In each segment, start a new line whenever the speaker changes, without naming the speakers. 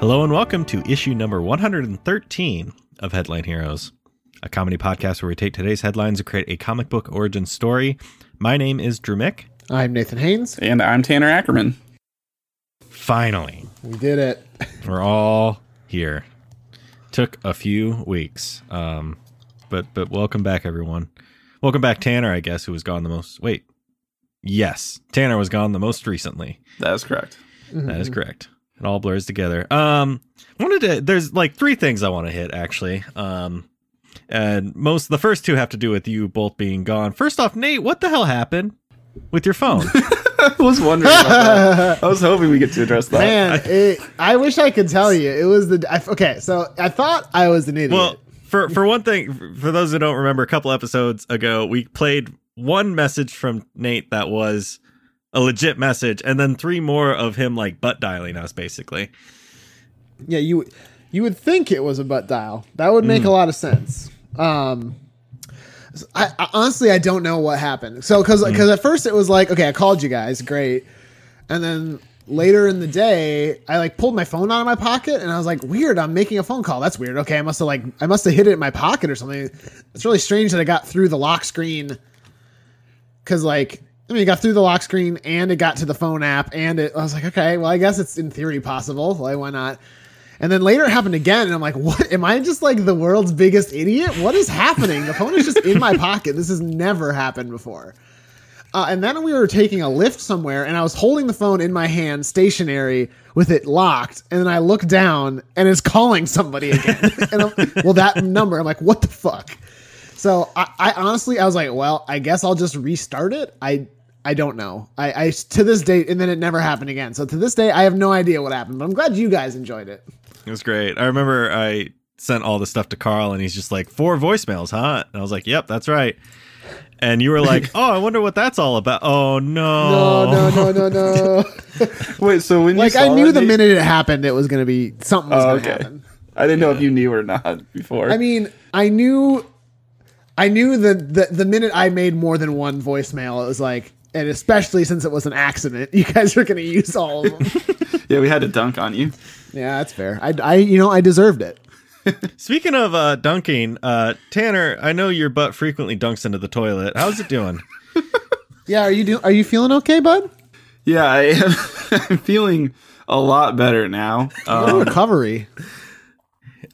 Hello and welcome to issue number 113 of Headline Heroes, a comedy podcast where we take today's headlines and create a comic book origin story. My name is Drew Mick.
I'm Nathan Haynes.
And I'm Tanner Ackerman.
Finally,
We did it.
we're all here. Took a few weeks, um, but but welcome back, everyone. Welcome back, Tanner. I guess who was gone the most? Wait, yes, Tanner was gone the most recently.
That is correct.
That is correct. It all blurs together. Um, wanted to. There's like three things I want to hit actually. Um, and most the first two have to do with you both being gone. First off, Nate, what the hell happened with your phone?
I was wondering about that. I was hoping we get to address that.
Man, it, I wish I could tell you. It was the I, okay. So I thought I was an idiot.
well, for for one thing, for those who don't remember, a couple episodes ago, we played one message from Nate that was a legit message, and then three more of him like butt dialing us basically.
yeah, you you would think it was a butt dial. That would make a lot of sense. Um, so I, I honestly I don't know what happened. So because at first it was like okay, I called you guys, great, and then later in the day I like pulled my phone out of my pocket and I was like, weird, I'm making a phone call. That's weird. Okay, I must have like I must have hid it in my pocket or something. It's really strange that I got through the lock screen because like. I mean, it got through the lock screen and it got to the phone app, and it, I was like, okay, well, I guess it's in theory possible. Like, why not? And then later it happened again, and I'm like, what? Am I just like the world's biggest idiot? What is happening? The phone is just in my pocket. This has never happened before. Uh, and then we were taking a lift somewhere, and I was holding the phone in my hand, stationary, with it locked. And then I look down, and it's calling somebody again. and I'm, well, that number, I'm like, what the fuck? So I, I honestly, I was like, well, I guess I'll just restart it. I I don't know. I, I to this day, and then it never happened again. So to this day, I have no idea what happened. But I'm glad you guys enjoyed it.
It was great. I remember I sent all the stuff to Carl and he's just like, four voicemails, huh? And I was like, yep, that's right. And you were like, oh, I wonder what that's all about. Oh, no.
No, no, no, no, no.
Wait, so when
like
you saw
I knew
that,
the
Nate-
minute it happened, it was going to be something was
Oh,
going to
okay.
happen.
I didn't know if you knew or not before.
I mean, I knew, I knew the, the the minute I made more than one voicemail, it was like, and especially since it was an accident, you guys are going to use all of them.
yeah, we had to dunk on you.
yeah, that's fair. I, I, you know, I deserved it.
Speaking of uh, dunking, uh, Tanner, I know your butt frequently dunks into the toilet. How's it doing?
Yeah, are you do? Are you feeling okay, bud?
Yeah, I am I'm feeling a lot better now.
Good
Um,
recovery.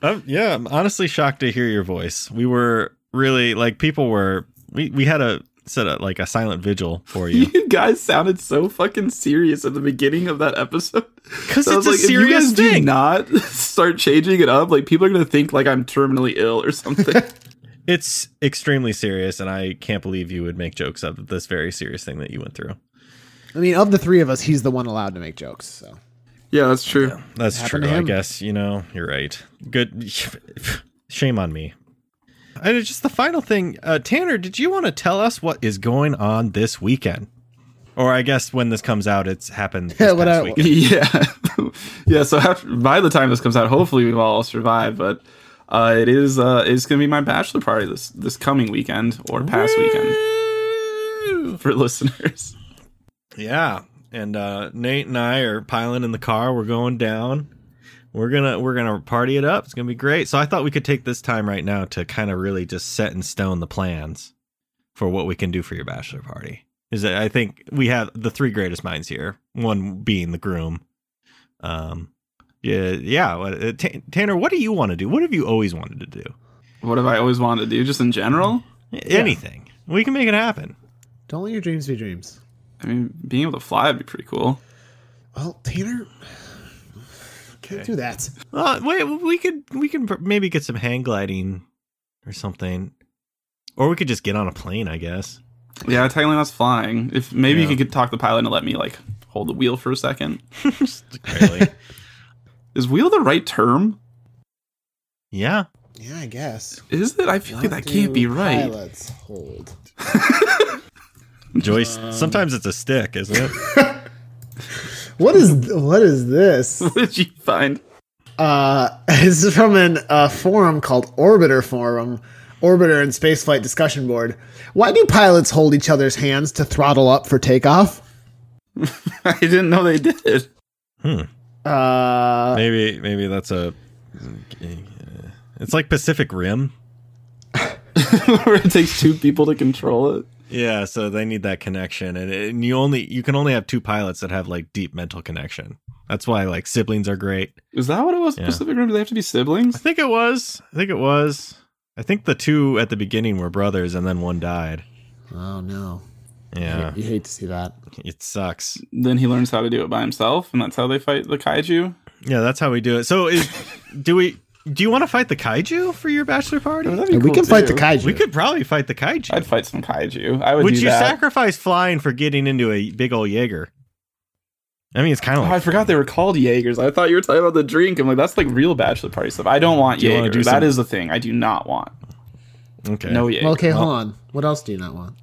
Um, yeah, I'm honestly shocked to hear your voice. We were really like, people were, we, we had a, set a, like a silent vigil for you.
you guys sounded so fucking serious at the beginning of that episode.
'Cause
I
it's
was
a
like,
serious
if you guys
thing.
do not start changing it up, like people are gonna think like I'm terminally ill or something.
It's extremely serious, and I can't believe you would make jokes of this very serious thing that you went through.
I mean, of the three of us, he's the one allowed to make jokes. So
yeah, that's true.
That's
Happened
true.
to
I
him.
guess you know you're right. Good. Shame on me. And it's just the final thing, uh, Tanner. Did you want to tell us what is going on this weekend? Or I guess when this comes out, it's happened this
Yeah, what
past
I-
weekend.
yeah yeah so after, by the time this comes out hopefully we've all survived but uh, it is uh, it's gonna be my bachelor party this this coming weekend or past weekend for listeners
Yeah, and uh, Nate and I are piling in the car. We're going down. We're gonna we're gonna party it up. It's gonna be great. So I thought we could take this time right now to kind of really just set in stone the plans for what we can do for your bachelor party. Is that I think we have the three greatest minds here. One being the groom. Um, yeah, yeah. what- uh, Ta Tanner, what do you want to do? What have you always wanted to do?
what have i always wanted to do just in general
Anything. We can make it happen.
don't let your dreams be dreams.
i mean being able to fly would be pretty cool
Well, Tanner, can't do that.
Uh, wait, we could we can pr- maybe get some hang gliding or something, or we could just get on a plane. I guess.
yeah technically that's flying if maybe
Yeah.
you could talk the pilot to let me like hold the wheel for a second
Just really.
is wheel the right term
yeah.
Yeah, I guess.
is it i feel like that can't be right
Pilots hold.
Joyce. sometimes it's a stick, isn't it?
What is th- what is this?
what did you find
Uh, this is from an uh, forum called Orbiter Forum, Orbiter and Spaceflight Discussion Board. Why do pilots hold each other's hands to throttle up for takeoff?
i didn't know they did
hmm.
Uh,
Maybe maybe that's a. It's like Pacific Rim.
Where it takes two people to control it.
Yeah, so they need that connection, and, and you only you can only have two pilots that have like deep mental connection. That's why like siblings are great.
Is that what it was?
Yeah.
Pacific Rim? Do they have to be siblings?
I think it was. I think it was. I think the two at the beginning were brothers, and then one died.
oh no,
Yeah,
you hate to see that.
it sucks.
Then he learns how to do it by himself, and that's how they fight the kaiju.
Yeah, that's how we do it. So is do we? Do you want to fight the kaiju for your bachelor party?
That'd be
we
cool
can fight the
too.
kaiju.
We could probably fight the kaiju.
I'd fight some kaiju. I would.
Would
do
you
that.
sacrifice flying for getting into a big old Jaeger? I mean, it's kind of
Oh, I
like
forgot they were called Jaegers. I thought you were talking about the drink. I'm like, that's like real bachelor party stuff. I don't want
Do you wanna
Jaeger. That
do
is
some-
the thing I do not want.
okay.
No Jaeger.
Well, okay,
Well-
hold on. What else do you not want?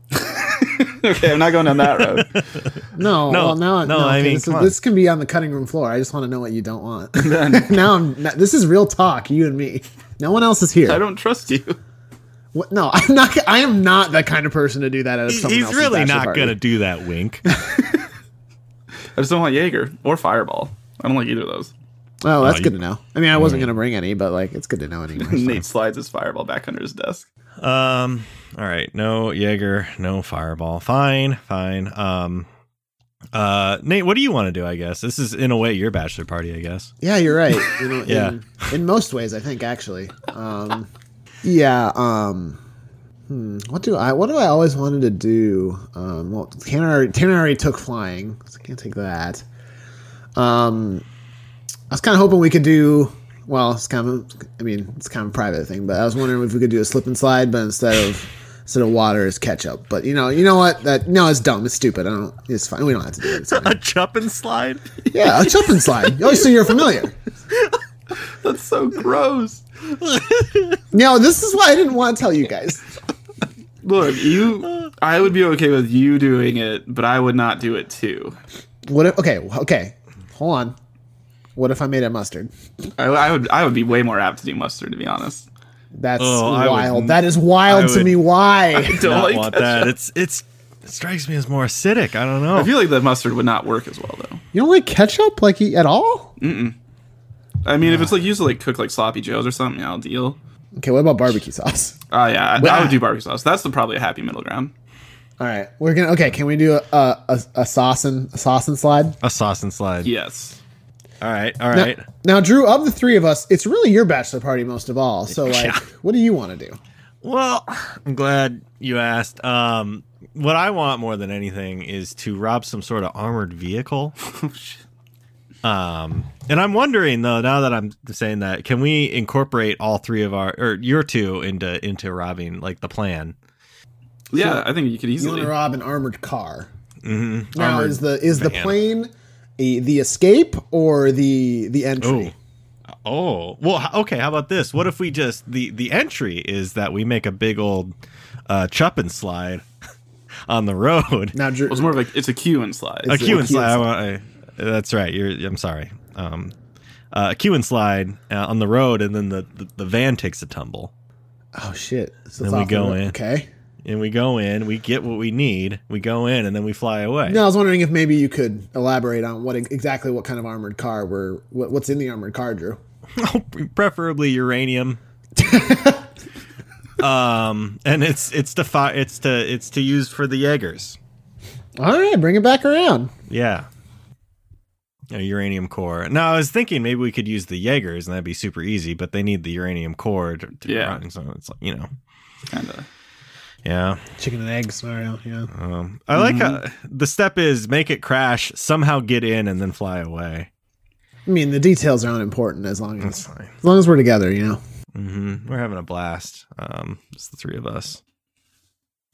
okay, I'm not going down that road.
No,
No,
well, now,
no,
no,
I
okay,
mean,
this,
come on.
this can be on the cutting room floor. I just want to know what you don't want.
Then
now I'm. Not, this is real talk, you and me. No one else is here.
I don't trust you.
What, no, I'm not. I am not that kind of person to do that. At
He-
someone
he's
else's
really
bachelor
not
party.
gonna do that. Wink.
I just don't want Jaeger or Fireball. I don't like either of those.
Oh, that's
you- Mm.
good to know. I mean, I wasn't gonna bring any, but like, it's good to know anyway.
Nate slides his Fireball back under his desk.
Um. All right. No Jaeger. No Fireball. Fine. Fine. Um. Uh, Nate, what do you want to do? I guess this is in a way your bachelor party. I guess.
yeah, you're right. You know,
Yeah.
in, in most ways, I think actually. Um, yeah. Um, hmm, what do I? What do I always wanted to do? Um, well, Tanner already, Tanner already took flying, so I can't take that. Um, I was kind of hoping we could do. Well, it's kind of. I mean, it's kind of a private thing, but I was wondering if we could do a slip and slide, but instead of instead of water is ketchup. But you know, you know what? That no, it's dumb. It's stupid. I don't. It's fine. We don't have to do it. It's fine.
A chop and slide.
Yeah, a chip and slide. Oh, so you're familiar.
That's so gross.
No, this is why I didn't want to tell you guys.
Look, you. I would be okay with you doing it, but I would not do it too.
What if? Okay, okay, hold on. What if I made it mustard?
I, I would. I would be way more apt to do mustard, to be honest.
That's
Oh, I would
wild.
n-
that is wild
I
to
would-
me. Why?
Don't
Not
like
want
ketchup.
that. It's it's it strikes me as more acidic. I don't know.
I feel like the mustard would not work as well though.
You don't like ketchup, like at all?
I mean, if it's like used to like cook like sloppy joes or something, yeah, I'll deal.
Okay, what about barbecue sauce?
Oh yeah, I, I
Well-
would do barbecue sauce. That's the, probably a happy middle ground.
All right, we're gonna. Okay, can we do a a, a sauce and a sauce and slide?
a sauce and slide.
Yes.
All right. All
Now,
right.
now, Drew, of the three of us, it's really your bachelor party most of all. So, like,
Yeah.
what do you want to do?
Well, I'm glad you asked. Um, what I want more than anything is to rob some sort of armored vehicle. Um, and I'm wondering though, now that I'm saying that, can we incorporate all three of our or your two into into robbing like the plan?
Yeah, I think you could
You want
easily.
to rob an armored car?
Mm-hmm.
Now,
Armored
is the is the
van.
plane a, the escape or the the entry?
Oh. Oh. Well, h- okay, how about this? What if we just the the entry is that we make a big old uh chup and slide on the road.
Now, Drew,
Well, it's more of like it's a queue and slide.
a
It's
Q
a
and
Q
slide.
and
I want- I- that's right. You're. I'm sorry. Um, uh, Q and slide uh, on the road, and then the, the, the van takes a tumble,
oh shit! So
Then
it's
we
off the
go
road.
in.
Okay.
and we go in. We get what we need. We go in, and then we fly away.
Now, I was wondering if maybe you could elaborate on what exactly what kind of armored car we're what, what's in the armored car, Drew.
Preferably uranium. um, and it's it's to fi- it's to it's to use for the Jaegers.
All right, bring it back around.
Yeah. A uranium core. Now I was thinking maybe we could use the Jaegers and that'd be super easy, but they need the uranium core to, to
Yeah.
run. So it's like you know,
Kinda.
yeah.
Chicken and egg scenario. Yeah.
Um, I like how the step is make it crash, somehow get in, and then fly away.
I mean, the details are unimportant as long
That's
as
fine.
as long as we're together, you know.
hmm We're having a blast. Um, it's the three of us.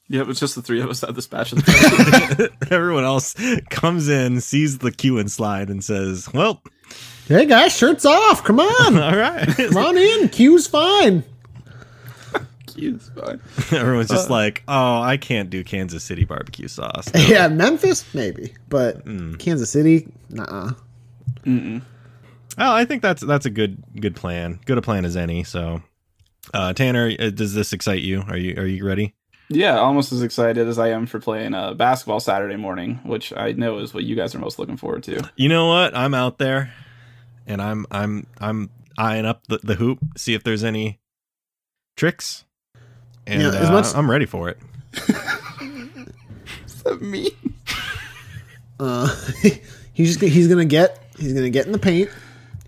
Yep, it's just the three of us at this batch. of the-
Everyone else comes in, sees the cue and slide, and says, "Well,
Hey guys, shirts off. Come on,
all right."
come on in. Q's fine.
Queue's fine.
Everyone's just like, "Oh, I can't do Kansas City barbecue sauce."
Yeah, Memphis maybe, but
Hmm.
Kansas City, nah.
Oh, I think that's that's a good good plan. Good a plan as any. So, uh, Tanner, uh, does this excite you? Are you are you ready?
Yeah, almost as excited as I am for playing uh, basketball Saturday morning, which I know is what you guys are most looking forward to.
You know what? I'm out there. and I'm I'm I'm eyeing up the, the hoop, see if there's any tricks. And
Yeah, as
uh,
much-
I'm ready for it.
that mean?
Uh, he's just he's gonna get he's gonna get in the paint.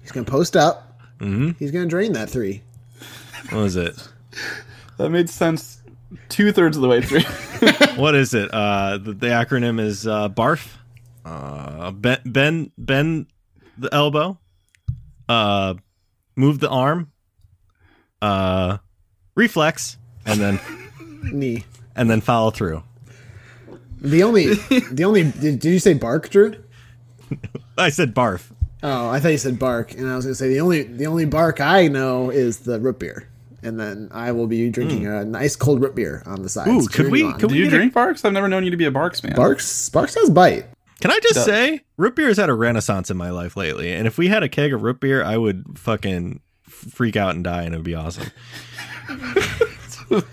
He's gonna post up.
Mhm.
He's gonna drain that three.
What is it?
That made sense two thirds of the way through.
What is it? Uh, the, the acronym is uh, BARF. Uh, ben, ben, bend the elbow. Uh, move the arm. Uh, reflex, and then
Knee.
and then follow through.
The only the only did, did you say bark, Drew?
I said barf.
Oh, I thought you said bark, and I was gonna say the only the only bark I know is the root beer, and then I will be drinking a nice cold root beer on the side.
Hmm. Ooh, could we- could
Do
we-
you drink barks? I've never known you to be a barks man.
barks barks has bite.
Can I just
Duh.
say, root beer has had a renaissance in my life lately, and if we had a keg of root beer, I would fucking freak out and die, and it would be awesome.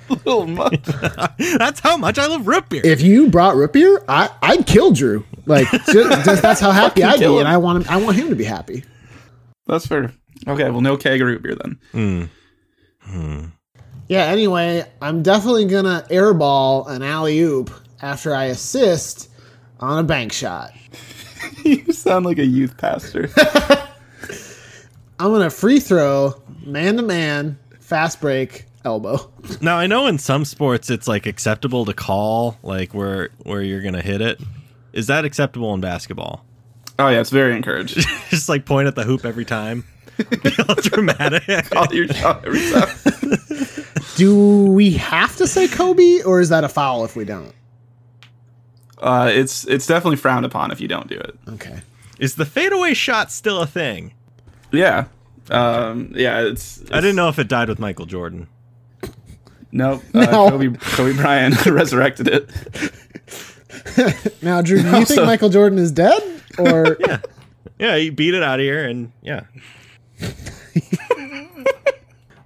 Little much.
That's how much I love root beer.
If you brought root beer, I I'd kill Drew. Like just, just that's how happy I'd be,
kill him.
and I want him I want him to be happy.
That's fair. Okay, well, no keg of root beer then.
Yeah, anyway, I'm definitely going to airball an alley oop after I assist on a bank shot.
you sound like a youth pastor.
I'm going to free throw, man to man, fast break, elbow.
Now I know in some sports it's like acceptable to call like where where you're gonna hit it. Is that acceptable in basketball?
oh yeah, it's very encouraged.
Just like point at the hoop every time. Be all dramatic.
Call your shot every time.
Do we have to say Kobe or is that a foul if we don't?
Uh, it's it's definitely frowned upon if you don't do it.
Okay.
Is the fadeaway shot still a thing?
Yeah. Um, yeah, it's,
I didn't know if it died with Michael Jordan.
Nope.
No.
Uh, Kobe, Kobe Bryant resurrected it.
Now, Drew, do you think
Also-
Michael Jordan is dead or
Yeah. Yeah, he beat it out of here and yeah.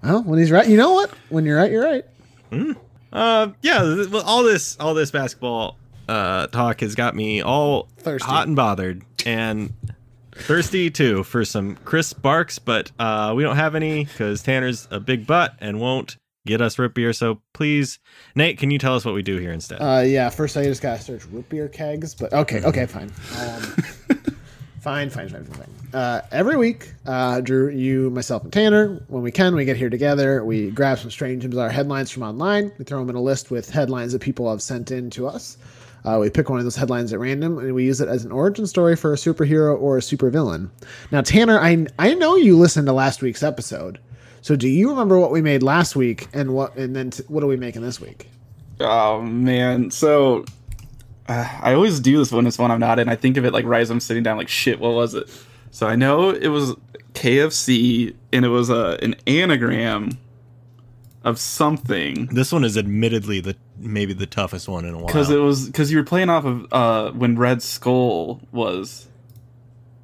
well, when he's right, you know what? When you're right, you're right.
Uh, yeah, th- well, all this all this basketball uh, talk has got me all
Thirsty.
hot and bothered and thirsty too for some crisp barks, but uh, we don't have any because Tanner's a big butt and won't get us root beer. So please, Nate, can you tell us what we do here instead?
Uh, yeah, first I just gotta search root beer kegs, but okay, okay, fine. Um, fine, fine, fine, fine, fine. Uh, every week, uh, Drew, you, myself, and Tanner, when we can, we get here together. We grab some strange bizarre headlines from online. We throw them in a list with headlines that people have sent in to us. Uh, we pick one of those headlines at random and we use it as an origin story for a superhero or a supervillain. Now, Tanner, I, I know you listened to last week's episode. So, do you remember what we made last week and what and then t- what are we making this week?
Oh man, so uh, I always do this when it's one I'm not in. I think of it like right as I'm sitting down, like shit, what was it? So I know it was KFC, and it was a an anagram of something
this one is admittedly the maybe the toughest one in a while.
because it was because you were playing off of uh, when Red Skull was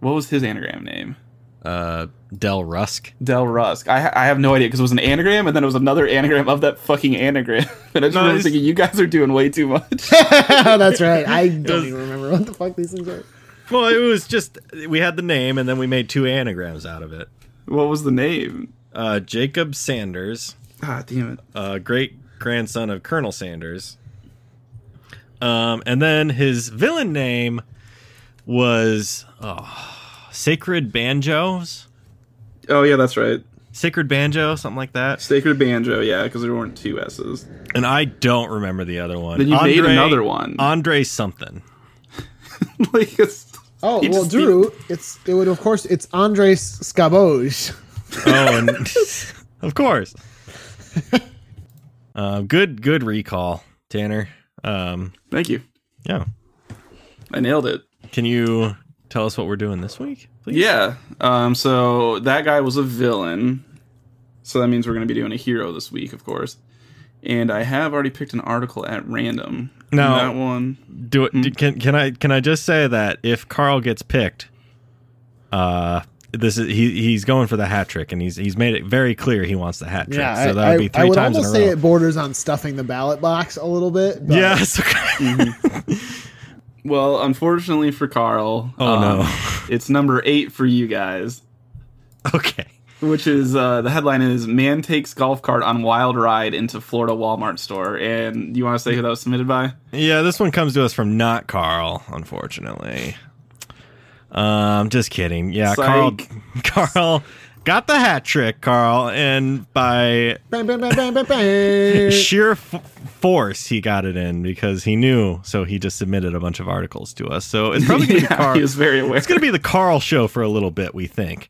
what was his anagram name?
uh, Del Rusk.
Del Rusk. I, ha- I have no idea because it was an anagram, and then it was another anagram of that fucking anagram. and I just remember
Nice.
thinking, you guys are doing way too much.
oh, that's right. I
was-
don't even remember what the fuck these things are.
Well, it was just we had the name and then we made two anagrams out of it.
what was the name?
Uh, Jacob Sanders.
Ah, damn it.
uh, great grandson of Colonel Sanders. Um, and then his villain name was oh, Sacred Banjos,
Oh yeah, that's right.
Sacred Banjo, something like that.
Sacred Banjo, yeah, because there weren't two S's.
And I don't remember the other one.
Then you made another one.
Andre something.
like it's,
Oh
you
well,
just
Drew, it's it would of course it's Andres Scaboge.
Oh, and of course. Uh, good, good recall, Tanner. Um,
Thank you.
yeah.
I nailed it.
Can you tell us what we're doing this week? Please?
Yeah. Um. So that guy was a villain. So that means we're gonna be doing a hero this week, of course. And I have already picked an article at random. And
No.
that one.
Do it. do- Can can I can I just say that if Carl gets picked, uh, this is he he's going for the hat trick, and he's he's made it very clear he wants the hat trick. so that would be three
I would
times in a
almost
row.
say it borders on stuffing the ballot box a little bit. But
yeah. so-
Well, unfortunately for Carl.
oh
um,
no.
It's number eight for you guys.
Okay.
which is uh, the headline is "Man takes golf cart on wild ride into Florida Walmart store." And you want to say who that was submitted by?
Yeah, this one comes to us from not Carl, unfortunately. Um, just kidding. Yeah, Carl. Carl got the hat trick, Carl, and by
Bang, bang, bang, bang, bang, bang.
sheer f- force, he got it in because he knew. So he just submitted a bunch of articles to us. So it's probably gonna be
yeah,
Carl.
he was very aware.
it's going to be the Carl show for a little bit, we think,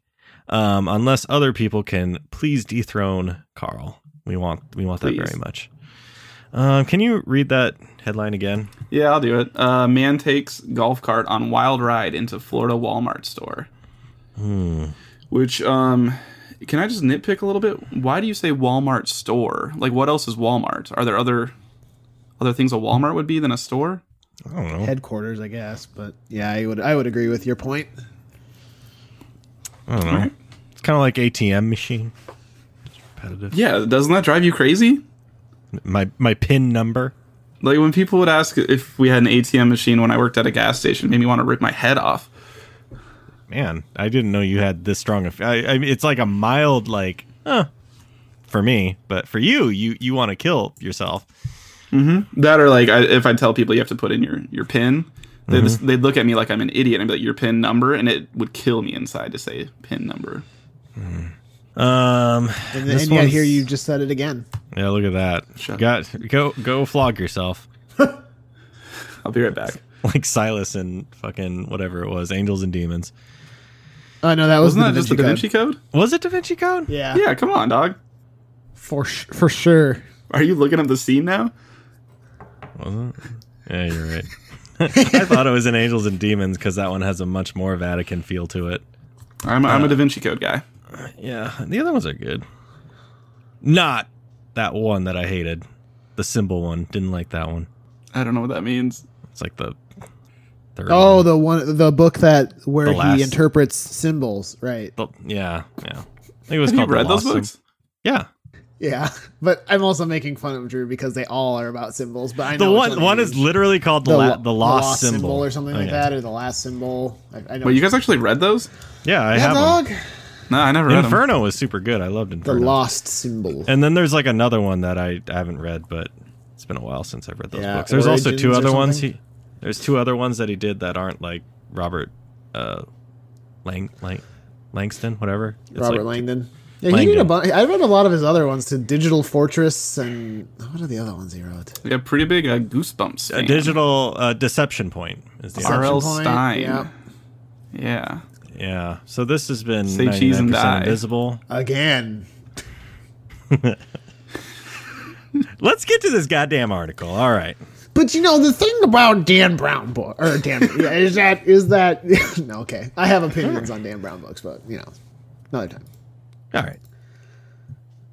um, unless other people can please dethrone Carl. We want we want
Please.
that very much. Um, can you read that headline again?
yeah, I'll do it. Uh, man takes golf cart on wild ride into Florida Walmart store. Which um, can I just nitpick a little bit? Why do you say Walmart store? Like, what else is Walmart? Are there other other things a Walmart would be than a store?
I don't know.
Headquarters, I guess, but yeah, I would I would agree with your point.
I don't know. It's kind of like ATM machine. It's repetitive.
Yeah, doesn't that drive you crazy?
My my pin number.
Like when people would ask if we had an ATM machine when I worked at a gas station, made me want to rip my head off.
Man, I didn't know you had this strong. Of, I, I mean, it's like a mild like, huh, for me, but for you, you you want to kill yourself.
That or like I, if I tell people you have to put in your your pin, they'd, just- they'd look at me like I'm an idiot and be like your pin number, and it would kill me inside to say pin number.
Um,
And,
this
and yet
one's-
here you just said it again.
Yeah, look at that.
Shut
Got go go flog yourself
I'll be right back.
like Silas and fucking whatever it was, Angels and Demons.
Oh no, that was
Wasn't
not
that just the Da Vinci Code?
Was it Da Vinci Code?
Yeah,
Yeah, come on, dog.
for sh- for sure.
Are you looking up the scene now?
Wasn't. it? Yeah, you're right. I thought it was in Angels and Demons because that one has a much more Vatican feel to it.
I'm, I'm a Da Vinci Code guy.
Yeah, the other ones are good. Not that one that I hated, the symbol one. Didn't like that one.
I don't know what that means.
It's like the third.
Oh, the one the book that where
The last-
he interprets symbols, right?
one. The- yeah, yeah. I think it was
Have you
called. The
read those
Lost Symbol.
books?
Yeah,
Yeah, but I'm also making fun of Drew because they all are about symbols. But I
the
know which
one
I
one
mean.
is literally called the
the,
la-
lo-
the lost, symbol.
or something
Oh,
like
yeah.
that, or the last symbol. I, I know.
Wait, you guys actually read those?
Yeah, I
yeah,
have 'em.
dog.
No, I never read them.
Inferno was super good. I loved
The
Inferno.
lost symbol.
And then there's like another one that I, I haven't read, but it's been a while since I've read those
Yeah,
books. There's also
Origins
two
or
other ones.
something?
He there's two other ones that he did that aren't like Robert uh, Lang, Lang Langston, whatever. It's
Robert
like,
Langdon. Yeah, he did a
Langdon.
bunch. I read a lot of his other ones, to Digital Fortress and what are the other ones he wrote?
Yeah, pretty big uh, goosebumps.
A
fan.
digital uh, deception point is the other.
Sorry.
R.L.
Point,
Stein.
yeah.
yeah.
Yeah. So this has been
Say cheese and
99%
die.
invisible.
Again,
Let's get to this goddamn article. All right.
But you know the thing about Dan Brown book or Dan yeah, is that is that no okay. I have opinions on Dan Brown books, but you know, another time.
All right.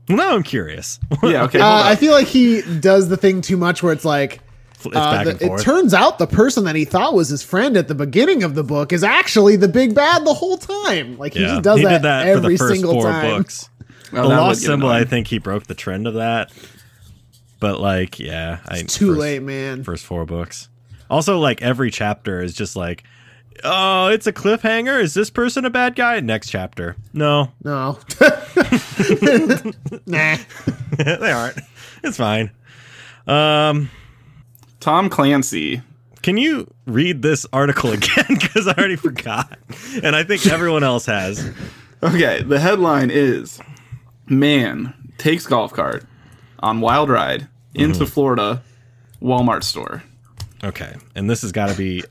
Well, now I'm curious.
Yeah, okay. hold
Uh,
on.
I feel like he does the thing too much where it's like
it's
uh,
back
the-
and
it
forth.
turns out the person that he thought was his friend at the beginning of the book is actually the big bad the whole time. Like he just does
he
that,
did that
every
for the first
single
four
time.
books.
Oh,
the
that would
lost
get
symbol, I
annoying.
think he broke the trend of that. But like, yeah, I
Too
first-
late, man.
First four books. Also, like every chapter is just like, oh, it's a cliffhanger. Is this person a bad guy? Next chapter, no,
No, nah.
they aren't. It's fine. Um,
Tom Clancy.
can you read this article again? Because I already forgot, and I think everyone else has.
Okay, the headline is Man takes golf cart on wild ride into Florida Walmart store.
Okay, and this has got to be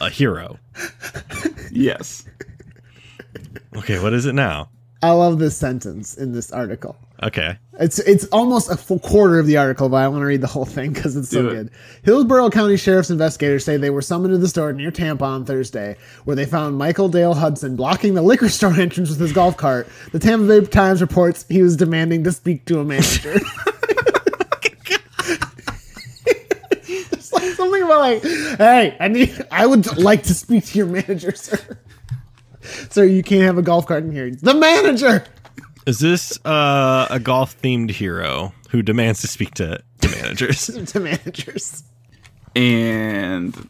a hero.
Yes.
Okay, what is it now?
I love this sentence in this article.
Okay.
It's it's almost a full quarter of the article, but I want to read the whole thing because it's so
Do it.
good. Hillsborough County Sheriff's investigators say they were summoned to the store near Tampa on Thursday, where they found Michael Dale Hudson blocking the liquor store entrance with his golf cart. The Tampa Bay Times reports he was demanding to speak to a manager. It's like something about like, hey, I need, I would like to speak to your manager, sir. sir, you can't have a golf cart in here. The manager.
Is this uh, a golf themed hero who demands to speak to, to managers?
To managers.
And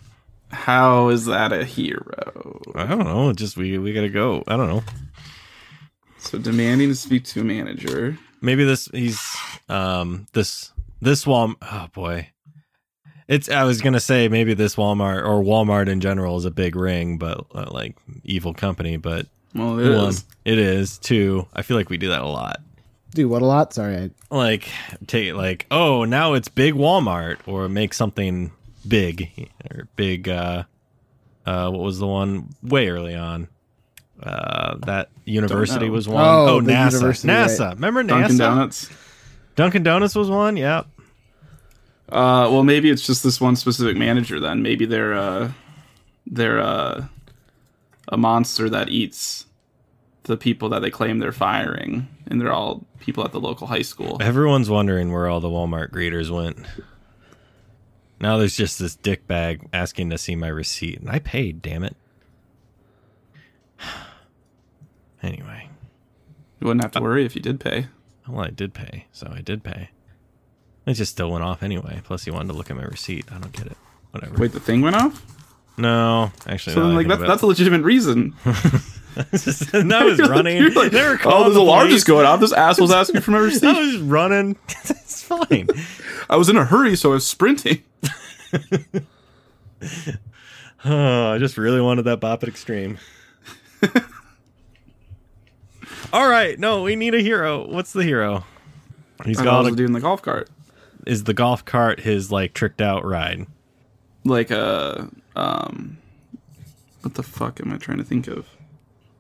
how is that a hero?
I don't know. Just we we gotta go. I don't know.
So demanding to speak to a manager.
Maybe this he's um this this Walmart. Oh boy, it's. I was gonna say maybe this Walmart or Walmart in general is a big ring, but uh, like evil company. But
Well, it
one,
is.
it is two. I feel like we do that a lot.
Dude, what a lot. Sorry. I,
Like take like oh now it's big Walmart or make something big or big. uh uh, what was the one way early on? Uh, that university
know.
was one.
Oh,
Oh,
the
NASA.
university, right.
NASA. Remember NASA?
Dunkin' Donuts.
Dunkin' Donuts was one. Yep.
Uh, well, maybe it's just this one specific manager. Then maybe they're uh, they're uh, a monster that eats the people that they claim they're firing, and they're all people at the local high school.
Everyone's wondering where all the Walmart greeters went. Now there's just this dick bag asking to see my receipt, and I paid. Damn it. Anyway,
You wouldn't
Uh,
have to worry if you did pay.
well, I did pay, so I did pay. It just still went off anyway. Plus, he wanted to look at my receipt. I don't get it. Whatever.
Wait, the thing went off.
No, actually,
So
now
then,
that I
like
think
that's
about
that's a legitimate reason.
it- and I was
You're like- you're
running.
like,
they were
oh,
calling
there's
the
alarm
police.
just going off. This asshole's asking for my
I
receipt.
was running. it's fine.
I was in a hurry, so I was sprinting.
Oh, I just really wanted that Bop It Extreme. All right, no, we need a hero. What's the hero? He's
I was
got a,
doing the golf cart,
is the golf cart his like tricked out ride.
like a um, what the fuck am I trying to think of?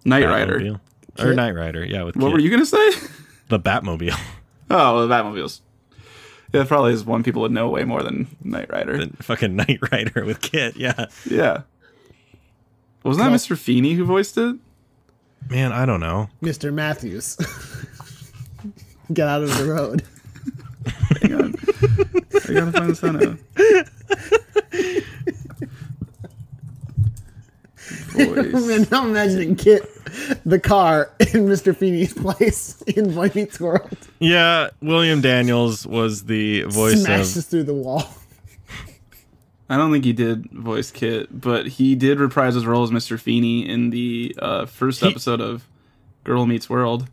Knight Rider.
Batmobile. or
Kit?
Knight Rider. Yeah, with
What
Kit.
were you gonna say?
the Batmobile.
Oh, well, the Batmobiles. Yeah, probably is one people would know way more than Knight Rider.
the fucking Knight Rider with Kit. Yeah,
yeah. Wasn't that Mr. Feeney who voiced it?
man, I don't know.
Mr. Matthews. Get out of the road.
Hang on. I gotta find this out now. Voice.
I'm imagining Kit, the car, in Mr. Feeney's place in Boy Meets World.
Yeah, William Daniels was the voice
smashes
of.
through the wall.
I don't think he did voice Kit, but he did reprise his role as Mr. Feeney in the uh, first episode of Girl Meets World.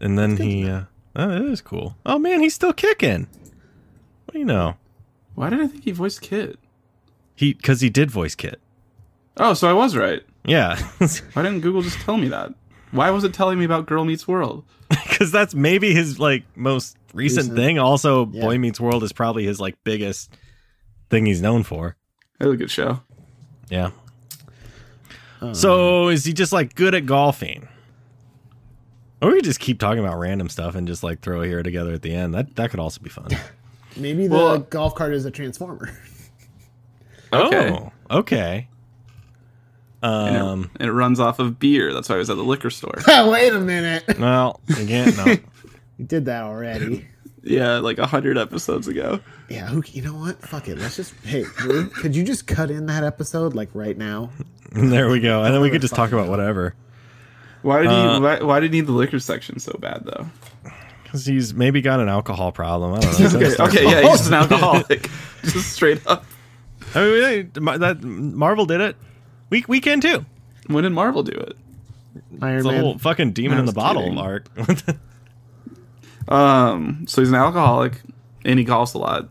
And then he. Uh, oh, that is cool. Oh man, he's still kicking. What do you know?
Why did I think he voiced Kit?
He because he did voice Kit.
Oh, so I was right.
Yeah,
Why didn't Google just tell me that? Why was it telling me about Girl Meets World?
because that's maybe his like most recent,
Recent.
thing. Also,
Yeah.
Boy Meets World is probably his like biggest thing he's known for.
That was a good show.
Yeah. so is he just like good at golfing? Or we just keep talking about random stuff and just like throw a hero together at the end. That that could also be fun.
Maybe the
Well-
golf cart is a transformer.
Okay.
Oh, okay.
and, it,
Um.
and it runs off of beer. That's why I was at the liquor store.
Wait a minute.
Well, again, no.
You did that already.
yeah, like a hundred episodes ago.
Yeah, who, you know what? Fuck it. Let's just. Hey, Drew, could you just cut in that episode like right now?
there we go. And then we could just talk about whatever.
Why did he? Why, why did he need the liquor section so bad though?
Because he's maybe got an alcohol problem. I don't know.
Okay, okay, yeah, he's just an alcoholic, just straight up.
I mean, they- Mar- that Marvel did it. We we can too.
When did Marvel do it?
Iron
It's the
Man.
whole fucking demon
I
in the
was
bottle
kidding.
arc.
Um, so he's an alcoholic, and he golfs a lot.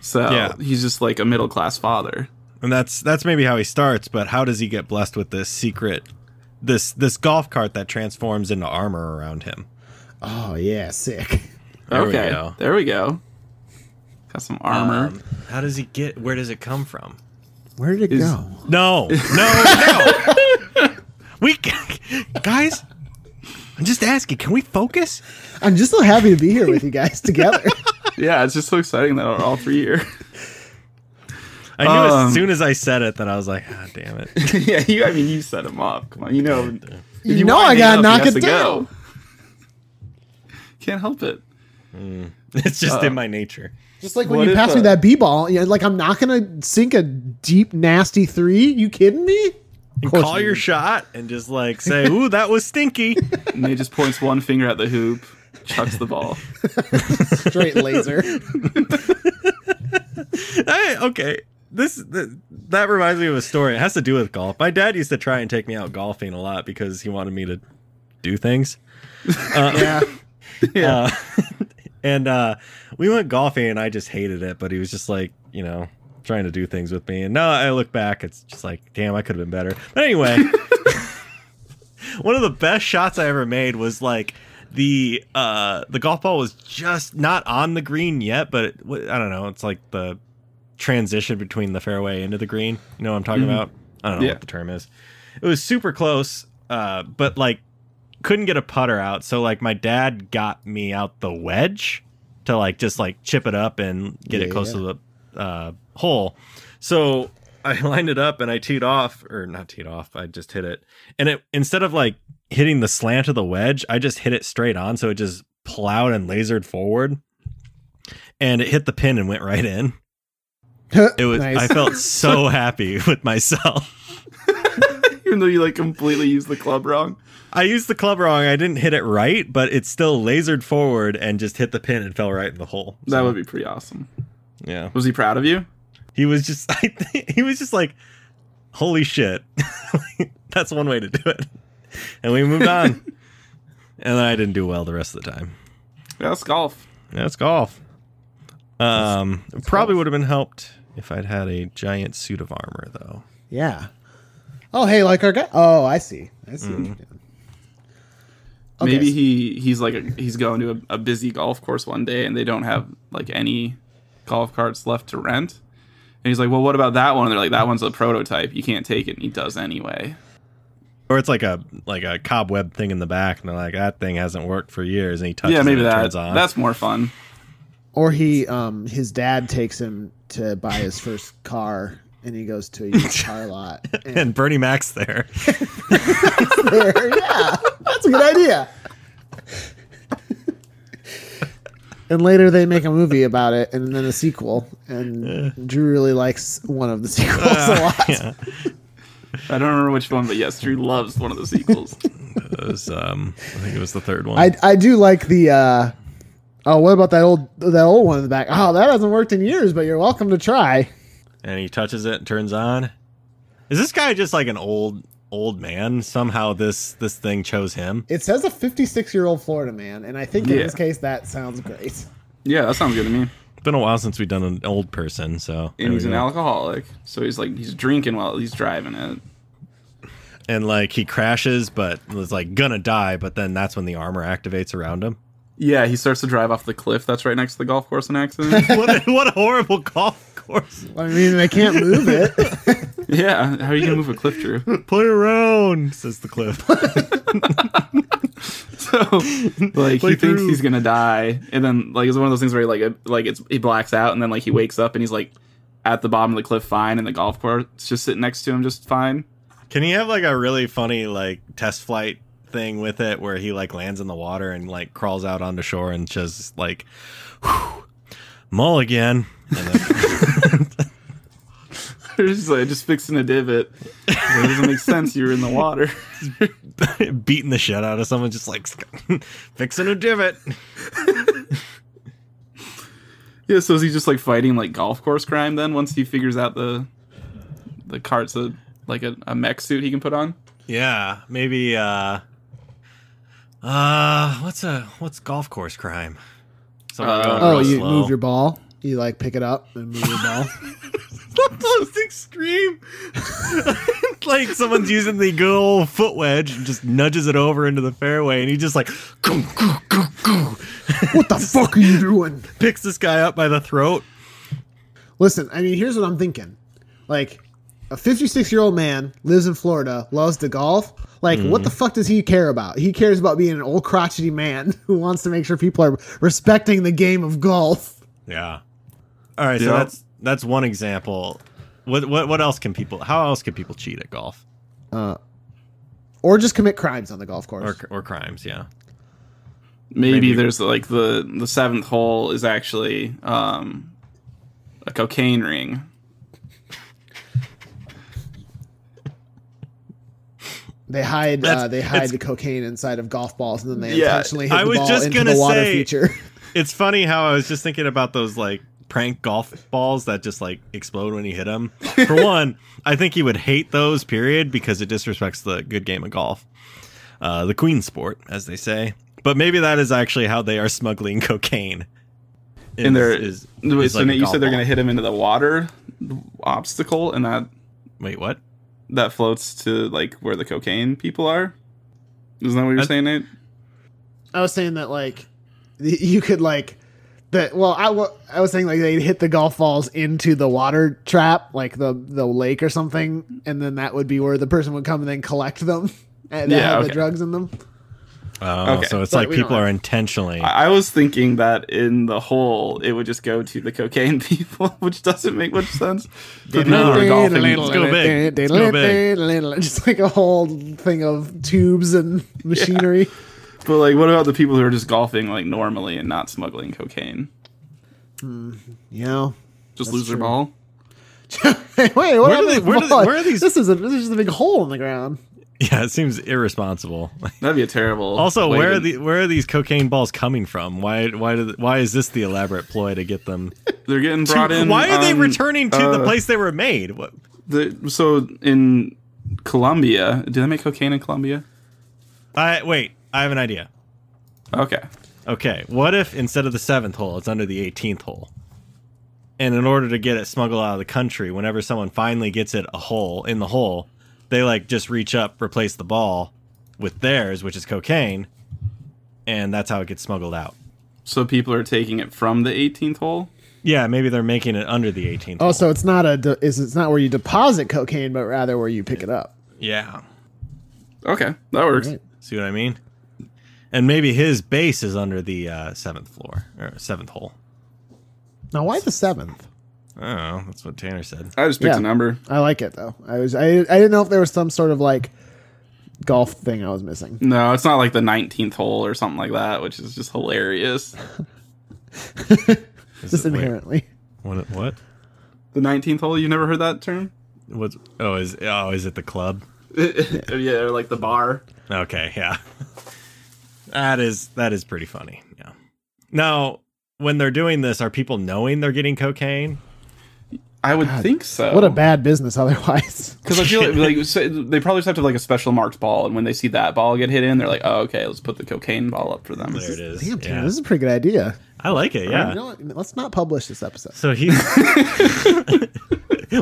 So
Yeah.
he's just like a middle class father.
and that's that's maybe how he starts. But how does he get blessed with this secret, this this golf cart that transforms into armor around him?
oh, yeah, sick.
There we
okay,
go.
there we go. Got some armor.
Um, how does he get? Where does it come from?
Where did it
Is-
go?
No, no, no. we guys, I'm just asking. Can we focus?
I'm just so happy to be here with you guys together.
yeah, it's just so exciting that we're all three here.
I knew
Um,
as soon as I said it that I was like, ah, damn it.
yeah, you. I mean, you set him up. Come on, you know. if
You know
wind
I gotta
him
knock
he has
it
to go.
down.
Can't help it.
It's just
Uh,
in my nature.
Just like when
What
you
if,
pass me
uh,
that b ball, yeah, like I'm not gonna sink a deep nasty three. You kidding me? Of course
Call
you
your
did.
shot and just like say, "Ooh, that was stinky."
And he just points one finger at the hoop, chucks the ball.
straight laser.
Hey, okay. This th- that reminds me of a story. It has to do with golf. My dad used to try and take me out golfing a lot because he wanted me to do things.
yeah.
Uh, and uh, we went golfing, and I just hated it. But he was just like, you know, trying to do things with me. And now I look back, it's just like, damn, I could have been better. But anyway, one of the best shots I ever made was like the uh, the golf ball was just not on the green yet, but it, wa- I don't know. It's like the transition between the fairway into the green. You know what I'm talking about? I don't know
Yeah.
what the term is. It was super close, uh, but like couldn't get a putter out. So like my dad got me out the wedge to like just like chip it up and get it close to the uh, hole. So I lined it up and I teed off or not teed off. I just hit it, and it instead of like hitting the slant of the wedge, I just hit it straight on. So it just plowed and lasered forward, and it hit the pin and went right in. It was.
Nice.
I felt so happy with myself.
Even though you like completely used the club wrong.
I used the club wrong. I didn't hit it right, but it still lasered forward and just hit the pin and fell right in the hole.
That would be pretty awesome.
yeah.
Was he proud of you?
He was just. I think he was just like, "Holy shit!" That's one way to do it. And we moved on. and I didn't do well the rest of the time.
Yeah, that's golf.
That's golf. Um, probably
golf.
would have been helped if I'd had a giant suit of armor, though.
Yeah. Oh, hey, like our guy. Oh, I see. I see. what you're doing. Okay,
Maybe
so-
he he's like a, he's going to a, a busy golf course one day and they don't have like any golf carts left to rent. And he's like, "Well, what about that one?" And they're like, "That one's a prototype. You can't take it." And he does anyway.
Or it's like a like a cobweb thing in the back, and they're like, "That thing hasn't worked for years." And he touches
yeah, maybe
it and it
that
turns on.
that's more fun.
Or he, um, his dad takes him to buy his first car, and he goes to a used car lot. And
and Bernie Mac's there.
yeah, that's a good idea. and later they make a movie about it, and then a sequel. And Drew really likes one of the sequels
Uh,
a lot.
I don't remember which one, but yes, Drew loves one of the sequels.
It was, um, I think it was the third one.
I I do like the. uh Oh, what about that old that old one in the back? Oh, that hasn't worked in years, but you're welcome to try.
and he touches it and turns on. Is this guy just like an old old man? Somehow this this thing chose him.
It says a 56 year old Florida man, and I think in
Yeah.
this case that sounds great.
yeah, that sounds good to me.
It's been a while since we've done an old person, so there
And
we
he's an
go.
alcoholic, so he's like he's drinking while he's driving it.
and like he crashes, but was like gonna die. But then that's when the armor activates around him.
Yeah, he starts to drive off the cliff that's right next to the golf course in accident.
What a, what a horrible golf course!
I mean, they can't move it.
yeah, how are you gonna move a cliff, Drew?
Play around, says the cliff.
So like
Play
he thinks
through.
he's gonna die, and then like it's one of those things where he like it- like it's he blacks out, and then like he wakes up and he's like at the bottom of the cliff fine, and the golf course is just sitting next to him just fine.
Can you have like a really funny like test flight thing with it where he like lands in the water and like crawls out onto shore and just like "Whew, mulligan. And then,
just like just fixing a divot. Like, it doesn't make sense. You're in the water.
beating the shit out of someone just like fixing a divot.
yeah. So is he just like fighting like golf course crime then? Once he figures out the the cart's a like a, a mech suit he can put on.
Yeah, maybe uh uh what's a what's golf course crime? Someone
Uh,
going
Oh,
real
you
slow.
move your ball. You like pick it up and move your ball.
That's the most extreme. like someone's using the good old foot wedge and just nudges it over into the fairway, and he just like go go go go
what the fuck are you doing?
picks this guy up by the throat.
Listen, I mean, here's what I'm thinking. Like, a 56 year old man lives in Florida, loves to golf. Like, what
Mm.
the fuck does he care about? He cares about being an old crotchety man who wants to make sure people are respecting the game of golf.
Yeah. All right, so
Yeah.
that's that's one example. What what what else can people? How else can people cheat at golf
Or just commit crimes on the golf course.
or or crimes? Yeah.
Maybe,
Maybe.
there's like the the seventh hole is actually um a cocaine ring.
they hide uh,
That's-
they
it's-
hide the cocaine inside of golf balls and then they
Yeah,
intentionally hit
I
the
was
ball
just
into
gonna
the water
say-
feature.
It's funny how I was just thinking about those like prank golf balls that just like explode when you hit them. For one, I think he would hate those period because it disrespects the good game of golf. uh, the queen sport, as they say. But maybe that is actually how they are smuggling cocaine.
in
there
their
is
wait,
is
so
like a
Nate, you said
golf ball.
they're gonna hit him into the water obstacle, and that
wait what?
that floats to like where the cocaine people are. Isn't that what you're
That-
saying, Nate?
I was saying that like y- you could like that. Well, I wa- I was saying like they'd hit the golf balls into the water trap, like the the lake or something, and then that would be where the person would come and then collect them and
Yeah,
have the
okay.
drugs in them.
Oh,
Okay,
so it's
but
like
we don't
people are
have-
intentionally.
I I was thinking that in the whole, it would just go to the cocaine people, which doesn't make much sense. But people are golfing.
Let's go big. Let's go big.
Just like a whole thing of tubes and machinery.
But like, what about the people who are just golfing like normally and not smuggling cocaine?
You know.
Just lose their ball.
Wait, what
Where do
happened
they-
to the
where do they-
ball?
where are these-
This is a this is just a big hole in the ground.
Yeah, it seems irresponsible.
That'd be a terrible.
Also,
way
where
to-
are the where are these cocaine balls coming from? Why why do, why is this the elaborate ploy to get them?
they're getting brought in?
why are they
on,
returning to the
uh,
place they were made? What?
The, so in Colombia, do they make cocaine in Colombia?
I wait. I have an idea.
Okay,
Okay, what if instead of the seventh hole, it's under the eighteenth hole? And in order to get it smuggled out of the country, whenever someone finally gets it a hole in the hole, they like just reach up, replace the ball with theirs, which is cocaine, and that's how it gets smuggled out.
so people are taking it from the 18th hole.
Yeah, maybe they're making it under the eighteenth.
Oh, so it's not a de- is it's not where you deposit cocaine, but rather where you pick it up.
yeah.
Okay, that works.
Right.
See what I mean? And maybe his base is under the uh, seventh floor or seventh hole.
Now, why the seventh?
Oh, that's what Tanner said.
I just picked
Yeah.
a number.
I like it though. I was I, I didn't know if there was some sort of like golf thing I was missing.
No, it's not like the 19th hole or something like that, which is just hilarious.
Is
Just
it- wait,
inherently.
What? What?
The 19th hole, you never heard that term?
What's, oh, is oh is it the club?
yeah, or like the bar.
Okay, yeah. That is that is pretty funny. Yeah. Now, when they're doing this, are people knowing they're getting cocaine?
I would think so.
What a bad business otherwise.
Because I feel like, like so they probably just have to have like a special marked ball, and when they see that ball get hit in, they're like, "Oh, okay, let's put the cocaine ball up for them."
There it is.
Damn, Tanner,
yeah.
this is a pretty good idea.
I like it.
You
Yeah.
know what? Let's not publish this episode.
So he.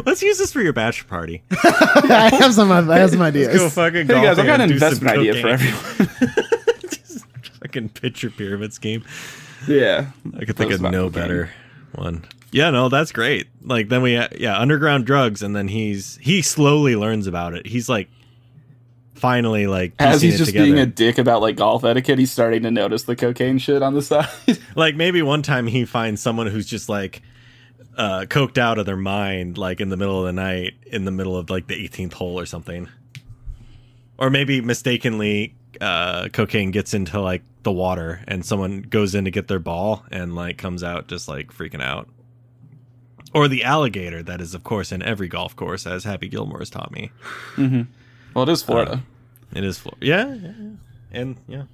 Let's use this for your bachelor party.
I have some I have some ideas.
Go fucking
Hey guys,
golfing
I've got
and
an
do some
investment idea for
cocaine.
everyone.
Just fucking picture pyramid scheme.
yeah,
I could think
Those
of
about
no
cocaine.
better one. Yeah, no, that's great. Like then we yeah, underground drugs and then he's he slowly learns about it. He's like finally like
As
piecing
he's
it
just
together.
being a dick about like golf etiquette, he's starting to notice the cocaine shit on the side.
like maybe one time he finds someone who's just like uh coked out of their mind like in the middle of the night in the middle of like the 18th hole or something or maybe mistakenly uh cocaine gets into like the water and someone goes in to get their ball and like comes out just like freaking out or the alligator that is of course in every golf course as happy gilmore has taught me
well, it is Florida.
it is Florida. Yeah, yeah, yeah. and yeah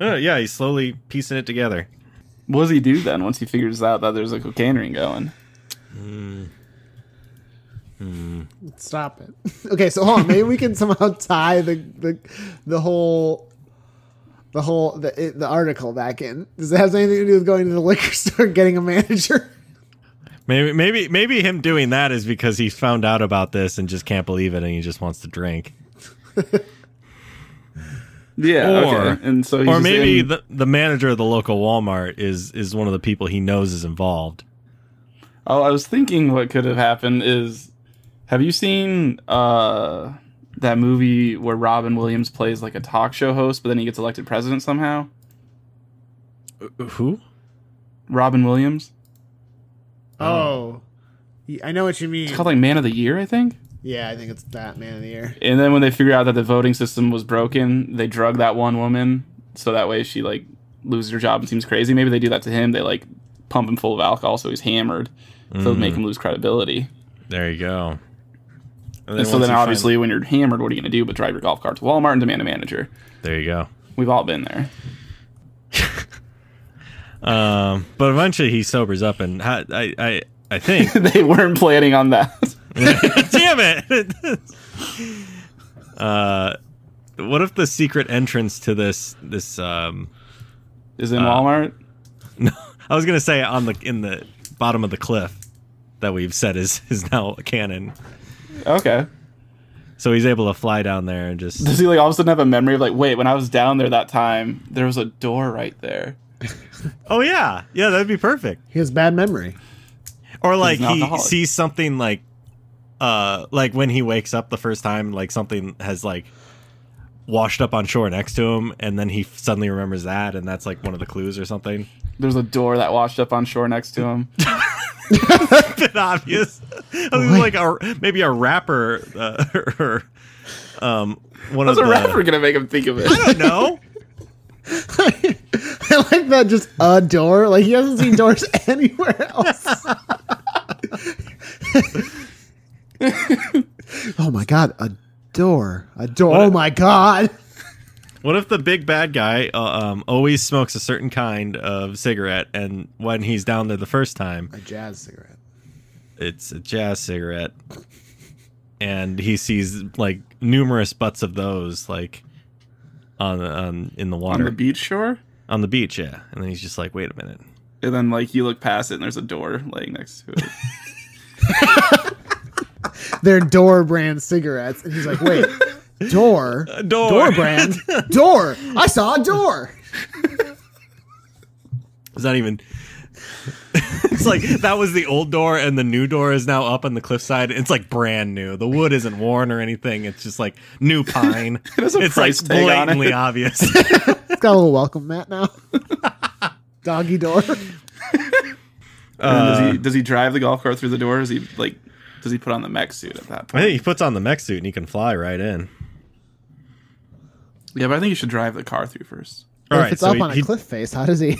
Uh, yeah he's slowly piecing it together
what does he do then once he figures out that there's a cocaine ring going?
Stop it. Okay, so hold on. Maybe we can somehow tie the the, the whole the whole the, it, the article back in. Does it have anything to do with going to the liquor store and getting a manager?
Maybe, maybe, maybe him doing that is because he found out about this and just can't believe it, and he just wants to drink.
Yeah,
Or-
okay. And so, he's
or
just
maybe
in-
the, the manager of the local Walmart is is one of the people he knows is involved.
Oh, I was thinking what could have happened is have you seen uh that movie where Robin Williams plays like a talk show host but then he gets elected president somehow?
Who?
Robin Williams?
Oh, Y- I know what you mean.
It's called like Man of the Year, I think.
Yeah, I think it's that man of the year.
And then when they figure out that the voting system was broken, they drug that one woman so that way she like loses her job and seems crazy. Maybe they do that to him. They like pump him full of alcohol so he's hammered to make him lose credibility.
There you go. then
And so
once
then
he
obviously when you're hammered, what are you going to do but drive your golf cart to Walmart and demand a manager?
finally- there you go.
We've all been there.
Um, but eventually he sobers up, and ha- I, I, I think.
they weren't planning on that.
Damn it! uh, what if the secret entrance to this this um
Is
Uh.
it in Walmart?
no, I was gonna say on the in the bottom of the cliff that we've said is is now a cannon.
Okay.
So he's able to fly down there and just
Does he like all of a sudden have a memory of like, wait, when I was down there that time, there was a door right there.
Oh yeah. Yeah, that'd be perfect.
He has bad memory.
Or like
an
he
alcoholic.
sees something like uh like when he wakes up the first time, like something has like washed up on shore next to him and then he suddenly remembers that and that's like one of the clues or something.
There's a door that washed up on shore next to him.
bit obvious. I was like a, maybe a rapper uh, or um one
How's
of
a
the
rapper gonna make him think of it?
I don't know.
I like that just a door. Like he hasn't seen doors anywhere else. oh my god, a door. A door. Oh my god.
What if the big bad guy uh, um, always smokes a certain kind of cigarette, and when he's down there the first time,
A jazz cigarette.
it's a jazz cigarette, and he sees like numerous butts of those like on on in the
on
water
the beach shore?
on the beach, yeah. And then he's just like, wait a minute,
And then like you look past it and there's a door laying next to it.
They're door brand cigarettes. And he's like, wait, door?
door.
Door brand? Door. I saw a door.
It's not even. it's like that was the old door, and the new door is now up on the cliffside. It's like brand new. The wood isn't worn or anything. It's just like new pine.
It has a
it's
price
like
tag on
blatantly
it.
obvious.
It's got a little welcome mat now. Doggy door.
Uh.
And then does he does he drive the golf cart through the door? Does he like does he put on the mech suit at that
I
point?
think he puts on the mech suit and he can fly right in.
Yeah, but I think you should drive the car through first.
All
if
right,
it's
so
up
he-
on a
he-
cliff face, how does he?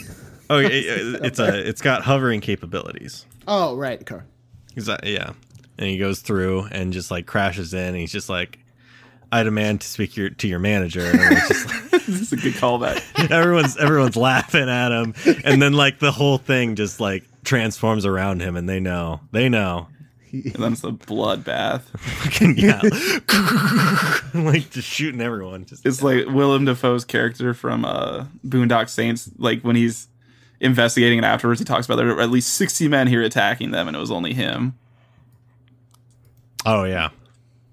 oh, it- it- it's a it's got hovering capabilities.
Oh, right. car.
He's like, yeah, and he goes through and just like crashes in. And he's just like, I demand to speak your, to your manager. And it's just
this is a good callback.
everyone's everyone's laughing at him and then like the whole thing just like transforms around him and they know they know
and then it's a bloodbath.
fucking yeah like just shooting everyone just
It's like Willem Dafoe's character from uh, Boondock Saints. Like when he's investigating it afterwards, he talks about there were at least sixty men here attacking them, and it was only him.
oh yeah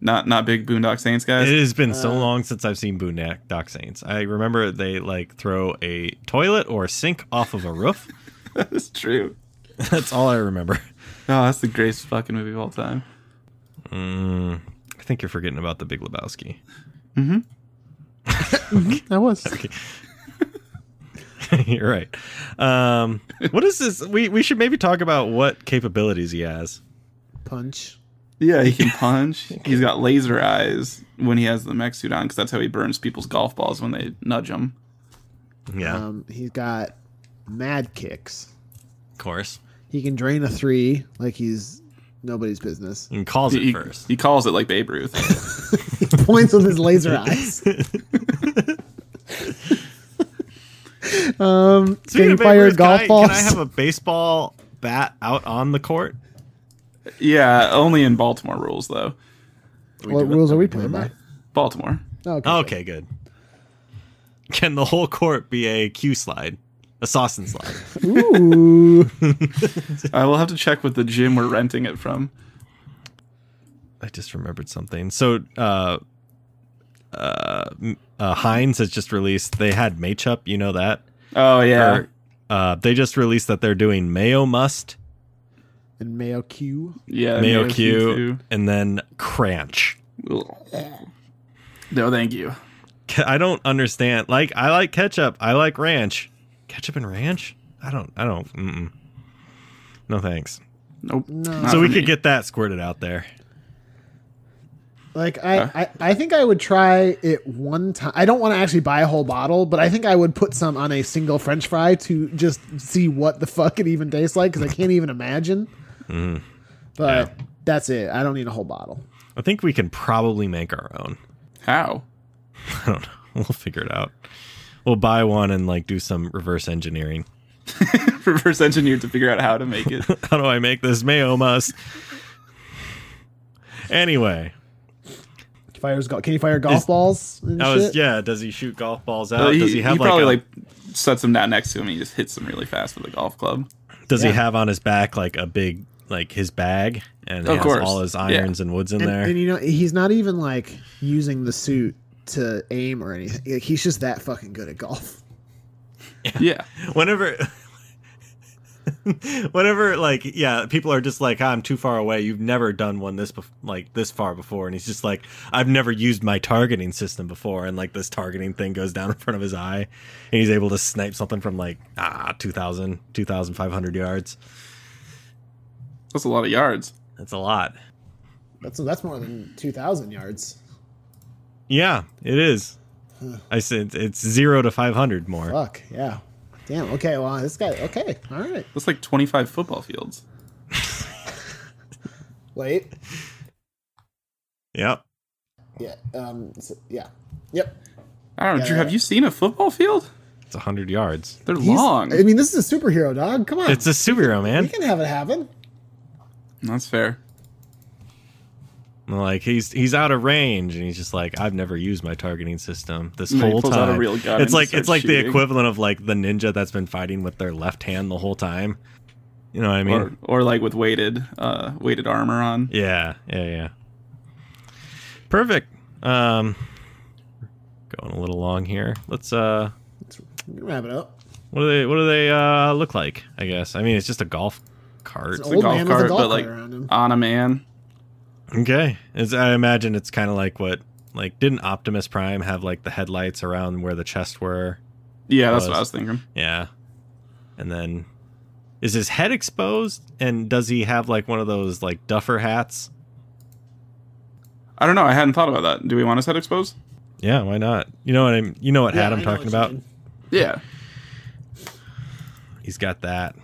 Not not big Boondock Saints guys.
it has been so long since i've seen boondock doc saints i remember they like throw a toilet or a sink off of a roof
That's true.
that's all i remember
Oh, that's the greatest fucking movie of all time.
i think you're forgetting about the big lebowski
I was.
you're right um what is this we we should maybe talk about what capabilities he has
Punch.
Yeah, he can punch. He's got laser eyes when he has the mech suit on, because that's how he burns people's golf balls when they nudge him.
yeah
Um, he's got mad kicks.
of course
He can drain a three like he's nobody's business.
and calls
He,
it first
he calls it like Babe Ruth.
He points with his laser eyes. um,
Speaking
can
of Babe
fire
Ruth, can
golf
I-
balls.
Can I have a baseball bat out on the court?
yeah, only in Baltimore rules though.
what rules are we playing by?
Baltimore.
Oh, okay.
Okay, good. Can the whole court be a Q slide? A Saucen slide.
Ooh,
I will have to check with the gym we're renting it from.
I just remembered something. So, uh, uh, m- uh, Heinz has just released, they had Matchup, you know that?
Oh yeah,
Or, uh, they just released that they're doing Mayo Must,
and Mayo Q.
yeah.
Mayo,
Mayo
Q, and then Cranch.
Q2. No, thank you.
Ke- I don't understand. Like I like ketchup. I like ranch. Ketchup and ranch? I don't. I don't. Mm-mm. No thanks.
Nope.
No.
not
so
for
we
me.
could get that squirted out there.
Like I,
Uh.
I, I think I would try it one time. I don't want to actually buy a whole bottle, but I think I would put some on a single French fry to just see what the fuck it even tastes like because I can't even imagine.
Mm-hmm.
But that's it. I don't need a whole bottle.
I think we can probably make our own.
how.
I don't know. We'll figure it out. We'll buy one and like do some reverse engineering.
Reverse engineered to figure out how to make it.
How do I make this mayo must? anyway,
fires go- can he fire golf balls? And
I
shit?
was yeah. Does he shoot golf balls out?
Uh,
does he have like,
probably
a-
like sets him down next to him and he just hits him really fast with a golf club.
Does
Yeah.
he have on his back like a big like his bag and
Of
has
course.
all his
Yeah.
irons and woods in
and,
there?
and you know he's not even like using the suit to aim or anything. Like, he's just that fucking good at golf.
Yeah.
whenever whenever like yeah people are just like "Ah, i'm too far away you've never done one this bef- like this far before and he's just like i've never used my targeting system before and like this targeting thing goes down in front of his eye and he's able to snipe something from like ah 2000 2500 yards
That's a lot of yards.
that's a lot
That's that's more than two thousand yards.
yeah it is i said it's 0 to 500 more
Fuck yeah. Damn. Okay. Well, this guy. Okay. All right.
That's like 25 football fields.
Wait.
yep
Yeah. Um. so- yeah. Yep.
I don't know. Drew,
Yeah.
have you seen a football field?
it's 100 yards
They're
He's-
long.
I mean, this is a superhero dog. Come on.
it's a superhero
we
man
can have it happen.
That's fair.
Like he's he's out of range, and he's just like, I've never used my targeting system this
And then he
whole
pulls out
time.
a real gun
it's
and
like
starts
it's like the
shooting.
equivalent of like the ninja that's been fighting with their left hand the whole time. You know what I mean?
Or, or like with weighted uh weighted armor on.
yeah, yeah, yeah. Perfect. Um, going a little long here. Let's uh,
Let's we can wrap it up.
what do they what do they uh look like? I guess. I mean, it's just a golf cart.
It's
It's
an old man with a golf cart
like
around him.
on a man.
Okay. As I imagine it's kind of like what like didn't Optimus Prime have like the headlights around where the chests were?
Yeah, that's
Was.
what I was thinking.
Yeah. And then is his head exposed? And does he have like one of those like duffer hats?
I don't know. I hadn't thought about that. Do we want his head exposed?
Yeah, why not? You know what I'm you know what
Yeah,
hat I'm
I know
talking
what you
about?
mean.
Yeah.
He's got that.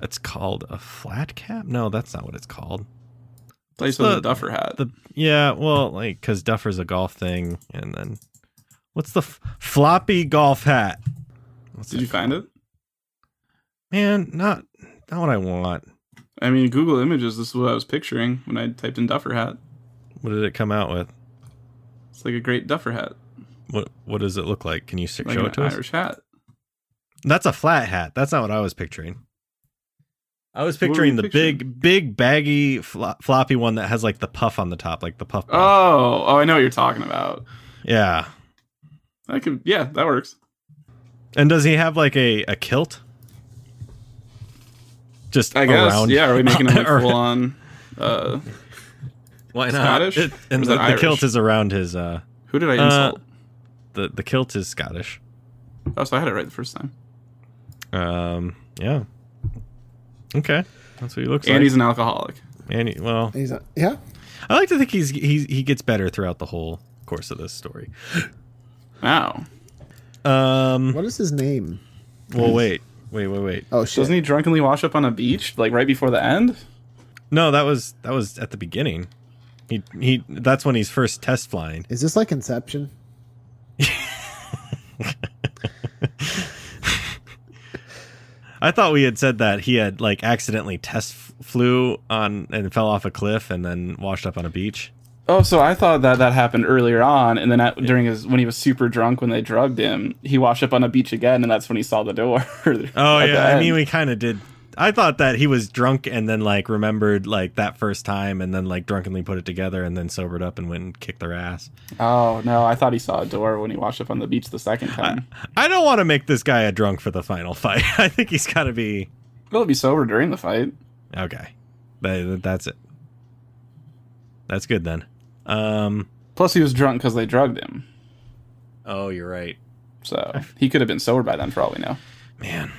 It's called a flat cap? No, that's not what it's called.
Place
What's
with
the-
a duffer hat.
The yeah, well, like cuz duffer's a golf thing and then what's the f- floppy golf hat? What's
Did you find it?
Man, not not what I want.
I mean, Google Images. This is what I was picturing when I typed in duffer hat.
What did it come out with?
It's like a great duffer hat,
What what does it look like? Can you s-
like
show
an
it to us?
Irish hat.
That's a flat hat. That's not what I was picturing. I was
were
picturing
you
the
picturing?
big, big, baggy, flo- floppy one that has like the puff on the top, like the puff. ball.
Oh, oh, I know what you're talking about.
yeah.
I could, yeah, that works.
And does he have like a, a kilt? Just
I guess.
around.
Yeah, are we making him like
Or-
full on? Uh,
Why not?
Scottish?
It-
Or
and
is
the,
that
the kilt
Irish?
is around his. uh
who did I
Uh,
insult?
The the kilt is Scottish.
oh, so I had it right the first time.
Um. Yeah. Okay. That's what he looks
and
like.
he's an alcoholic.
And he, well,
He's a, yeah.
I like to think he's he he gets better throughout the whole course of this story.
Wow.
Um.
What is his name?
Well, wait, wait, wait, wait.
Oh shit.
Doesn't he drunkenly wash up on a beach like right before the end?
No, that was that was at the beginning. He he. That's when he's first test flying.
Is this like Inception?
I thought we had said that he had like accidentally test f- flew on and fell off a cliff and then washed up on a beach.
Oh, so I thought that that happened earlier on, and then at, during his when he was super drunk when they drugged him, he washed up on a beach again, and that's when he saw the door.
Oh yeah, I mean we kind of did. I thought that he was drunk and then like remembered like that first time and then like drunkenly put it together and then sobered up and went and kicked their ass.
oh no, I thought he saw a door when he washed up on the beach the second time.
I don't want to make this guy a drunk for the final fight. I think he's got to be
He'll be sober during the fight.
okay. That, that's it. That's good then. Um.
Plus, he was drunk because they drugged him,
Oh, you're right,
so he could have been sober by then for all we know.
man.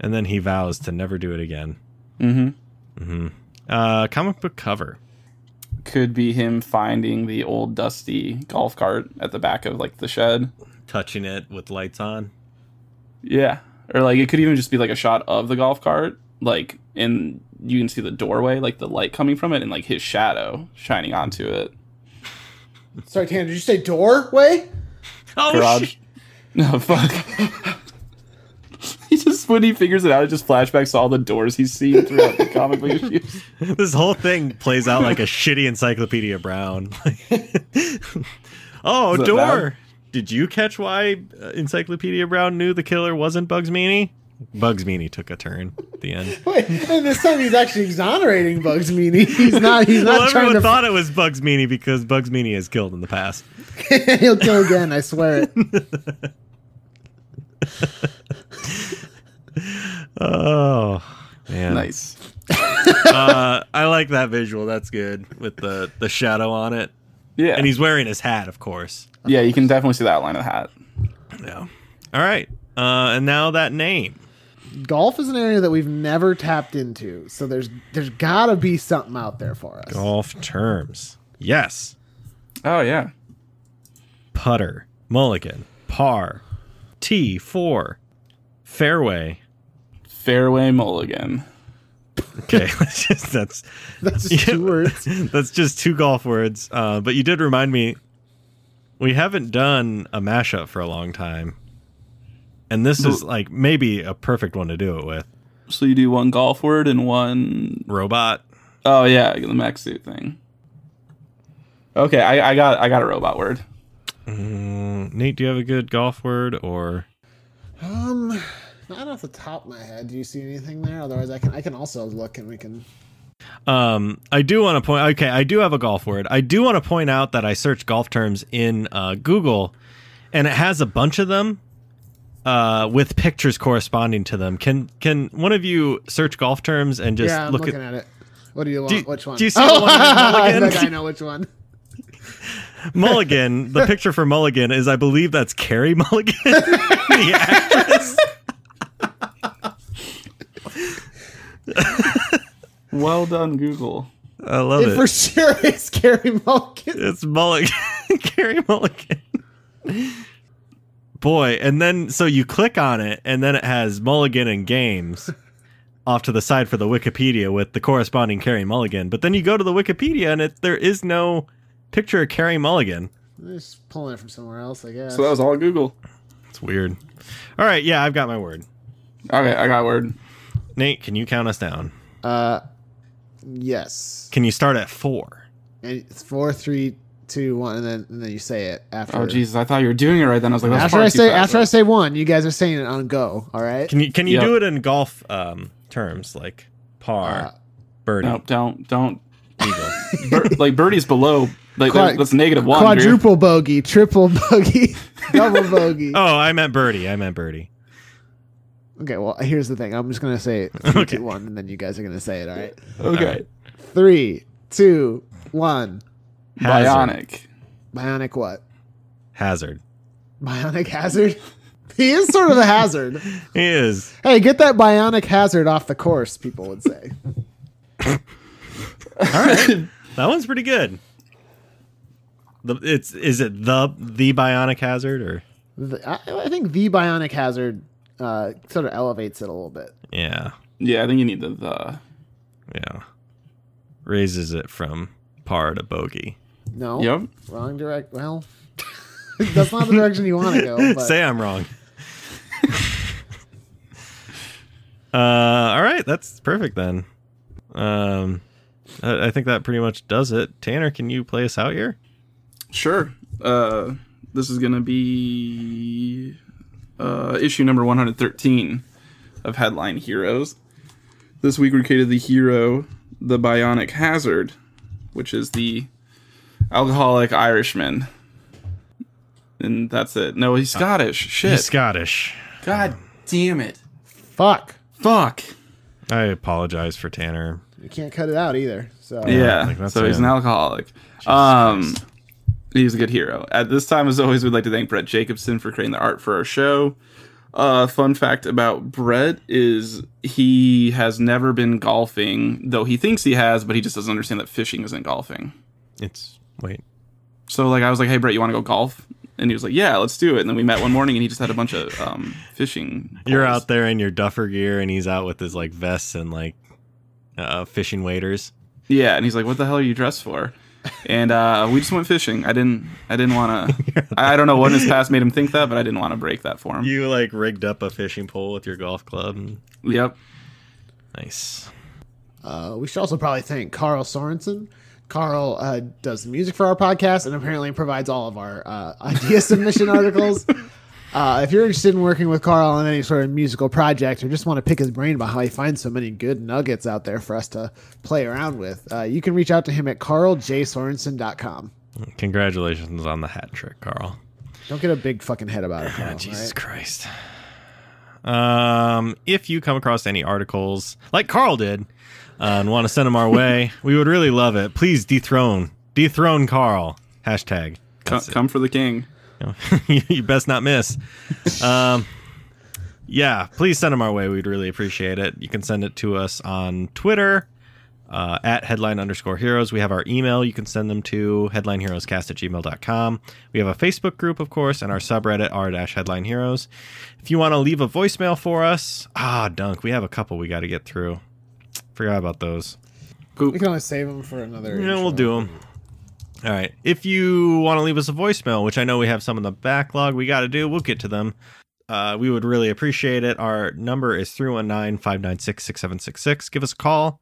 And then he vows to never do it again.
hmm
Uh, comic book cover.
Could be him finding the old dusty golf cart at the back of like the shed.
Touching it with lights on.
Yeah. Or like it could even just be like a shot of the golf cart, like and you can see the doorway, like the light coming from it, and like his shadow shining onto it.
Sorry, Tanner. Did you say doorway?
Oh
Garage. No fuck. he just when he figures it out, it just flashbacks to all the doors he's seen throughout the comic book issues.
This whole thing plays out like a shitty Encyclopedia Brown. oh,
Is that
door. Did you catch why uh, Encyclopedia Brown knew the killer wasn't Bugs Meany? Bugs Meany took a turn at the end.
Wait, and this time he's actually exonerating Bugs Meany. He's not. He's not
well,
trying
everyone
to.
thought it was Bugs Meany because Bugs Meany has killed in the past.
he'll kill again. I swear it.
Oh, man.
Nice.
Uh, I like that visual. That's good with the, the shadow on it.
Yeah.
And he's wearing his hat, of course.
yeah, you can definitely see the outline of the hat.
Yeah. All right. Uh, and now that name.
Golf is an area that we've never tapped into, so there's there's gotta be something out there for us.
Golf terms. Yes.
Oh yeah.
putter, mulligan, par, tee, four, fairway.
Fairway Mulligan.
Okay, that's just that's
That's just two words.
that's just two golf words. Uh, but you did remind me, we haven't done a mashup for a long time, and this is like maybe a perfect one to do it with.
So you do one golf word and one
Robot.
Oh yeah, the mech suit thing. Okay, I, I got I got a robot word.
Mm, Nate, do you have a good golf word or?
Um, not off the top of my head. Do you see anything there? Otherwise, I can I can also look and we can.
Um, I do want to point. Okay, I do have a golf word. I do want to point out that I searched golf terms in uh, Google, and it has a bunch of them uh, with pictures corresponding to them. Can can one of you search golf terms and just
yeah, I'm
look
looking
at?
at, it. What do you want?
Do you-
which one?
do you see the one with
I
Mulligan?
think I know which one.
Mulligan, the picture for Mulligan is, I believe, that's Carrie Mulligan, the actress.
Well done, Google.
I love
It
it.
for sure is Gary Mulligan.
It's Mulligan, Carrie Mulligan. Boy, and then so you click on it, and then it has Mulligan and games off to the side for the Wikipedia with the corresponding Carrie Mulligan. But then you go to the Wikipedia, and it there is no picture of Carrie Mulligan.
I'm just pulling it from somewhere else, I guess.
So that was all Google.
It's weird. All right, yeah, I've got my word.
Okay, I got a word.
Nate, can you count us down?
uh, yes.
Can you start at four?
And it's four, three, two, one, and then and then you say it after.
Oh Jesus, I thought you were doing it right then. I was like, that's
After
far
I
too
say
fast.
after I say one, you guys are saying it on go. All right.
Can you can you
Yep.
do it in golf um, terms like par,
Uh,
birdie,
Nope, don't don't.
eagle?
Bir- like birdie's below. Like
Quad-
that's negative one. Drew.
Quadruple bogey, triple bogey, double bogey.
Oh, I meant birdie. I meant birdie.
Okay, well, here's the thing. I'm just gonna say it. Three,
Okay.
two, one, and then you guys are gonna say it. All right.
Okay.
Three, two, one.
Hazard.
Bionic.
Bionic what?
Hazard.
Bionic hazard. He is sort of a hazard.
He is.
Hey, get that bionic hazard off the course. People would say.
That one's pretty good. The, it's is it the the bionic hazard or
The- I, I think the bionic hazard uh, sort of elevates it a little bit.
yeah
Yeah, I think you need the the.
yeah raises it from par to bogey.
No.
Yep.
Wrong direct. Well, that's not the direction you want to go. But
Say I'm wrong. uh, all right, that's perfect then. Um, I, I think that pretty much does it. Tanner, can you play us out here?
Sure. Uh, this is gonna be uh, issue number one hundred thirteen of Headline Heroes. This week we created the hero, the Bionic Hazard, which is the alcoholic Irishman. And that's it. No, he's Scottish. Shit.
He's Scottish.
God damn it.
fuck.
Fuck.
I apologize for Tanner.
You can't cut it out either. So
Yeah.
like, that's
so he's
him.
an alcoholic. um, he's a good hero. At this time, as always, we'd like to thank Brett Jacobson for creating the art for our show. Uh, fun fact about Brett is he has never been golfing, though he thinks he has, but he just doesn't understand that fishing isn't golfing.
It's wait.
So like I was like, hey Brett, you want to go golf? And he was like, yeah, let's do it. And then we met one morning, and he just had a bunch of um, fishing.
You're
poles.
out there in your duffer gear, and he's out with his like vests and like uh, fishing waders.
Yeah, and he's like, "What the hell are you dressed for?" and uh, we just went fishing. I didn't. I didn't want to. I I don't know what in his past made him think that, but I didn't want to break that for him.
You like rigged up a fishing pole with your golf club. and-
Yep.
Nice.
Uh, we should also probably thank Carl Sorensen. Carl uh, does the music for our podcast and apparently provides all of our uh, idea submission articles. Uh, if you're interested in working with Carl on any sort of musical project or just want to pick his brain about how he finds so many good nuggets out there for us to play around with, uh, you can reach out to him at carljsorensen.com.
Congratulations on the hat trick, Carl.
Don't get a big fucking head about it, Carl.
Ah,
all
Jesus
right?
Christ. Um, if you come across any articles like Carl did uh, and want to send them our way, we would really love it. Please dethrone, dethrone Carl. Hashtag.
Come, come for the king.
you best not miss. Um, yeah, please send them our way. We'd really appreciate it. You can send it to us on Twitter uh, at headline underscore heroes. We have our email. You can send them to headlineheroescast at gmail.com. We have a Facebook group, of course, and our subreddit r dash headline heroes. If you want to leave a voicemail for us, ah, dunk, we have a couple we got to get through. Forgot about those.
We can only save him for another.
Yeah,
intro.
we'll do them. All right. If you want to leave us a voicemail, which I know we have some in the backlog, we got to do, we'll get to them. Uh, we would really appreciate it. Our number is 319 596 6766. Give us a call.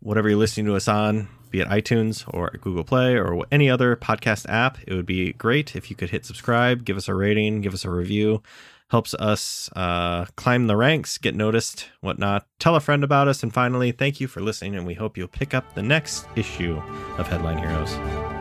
Whatever you're listening to us on, be it iTunes or Google Play or any other podcast app, it would be great if you could hit subscribe, give us a rating, give us a review. Helps us uh, climb the ranks, get noticed, whatnot. Tell a friend about us. And finally, thank you for listening, and we hope you'll pick up the next issue of Headline Heroes.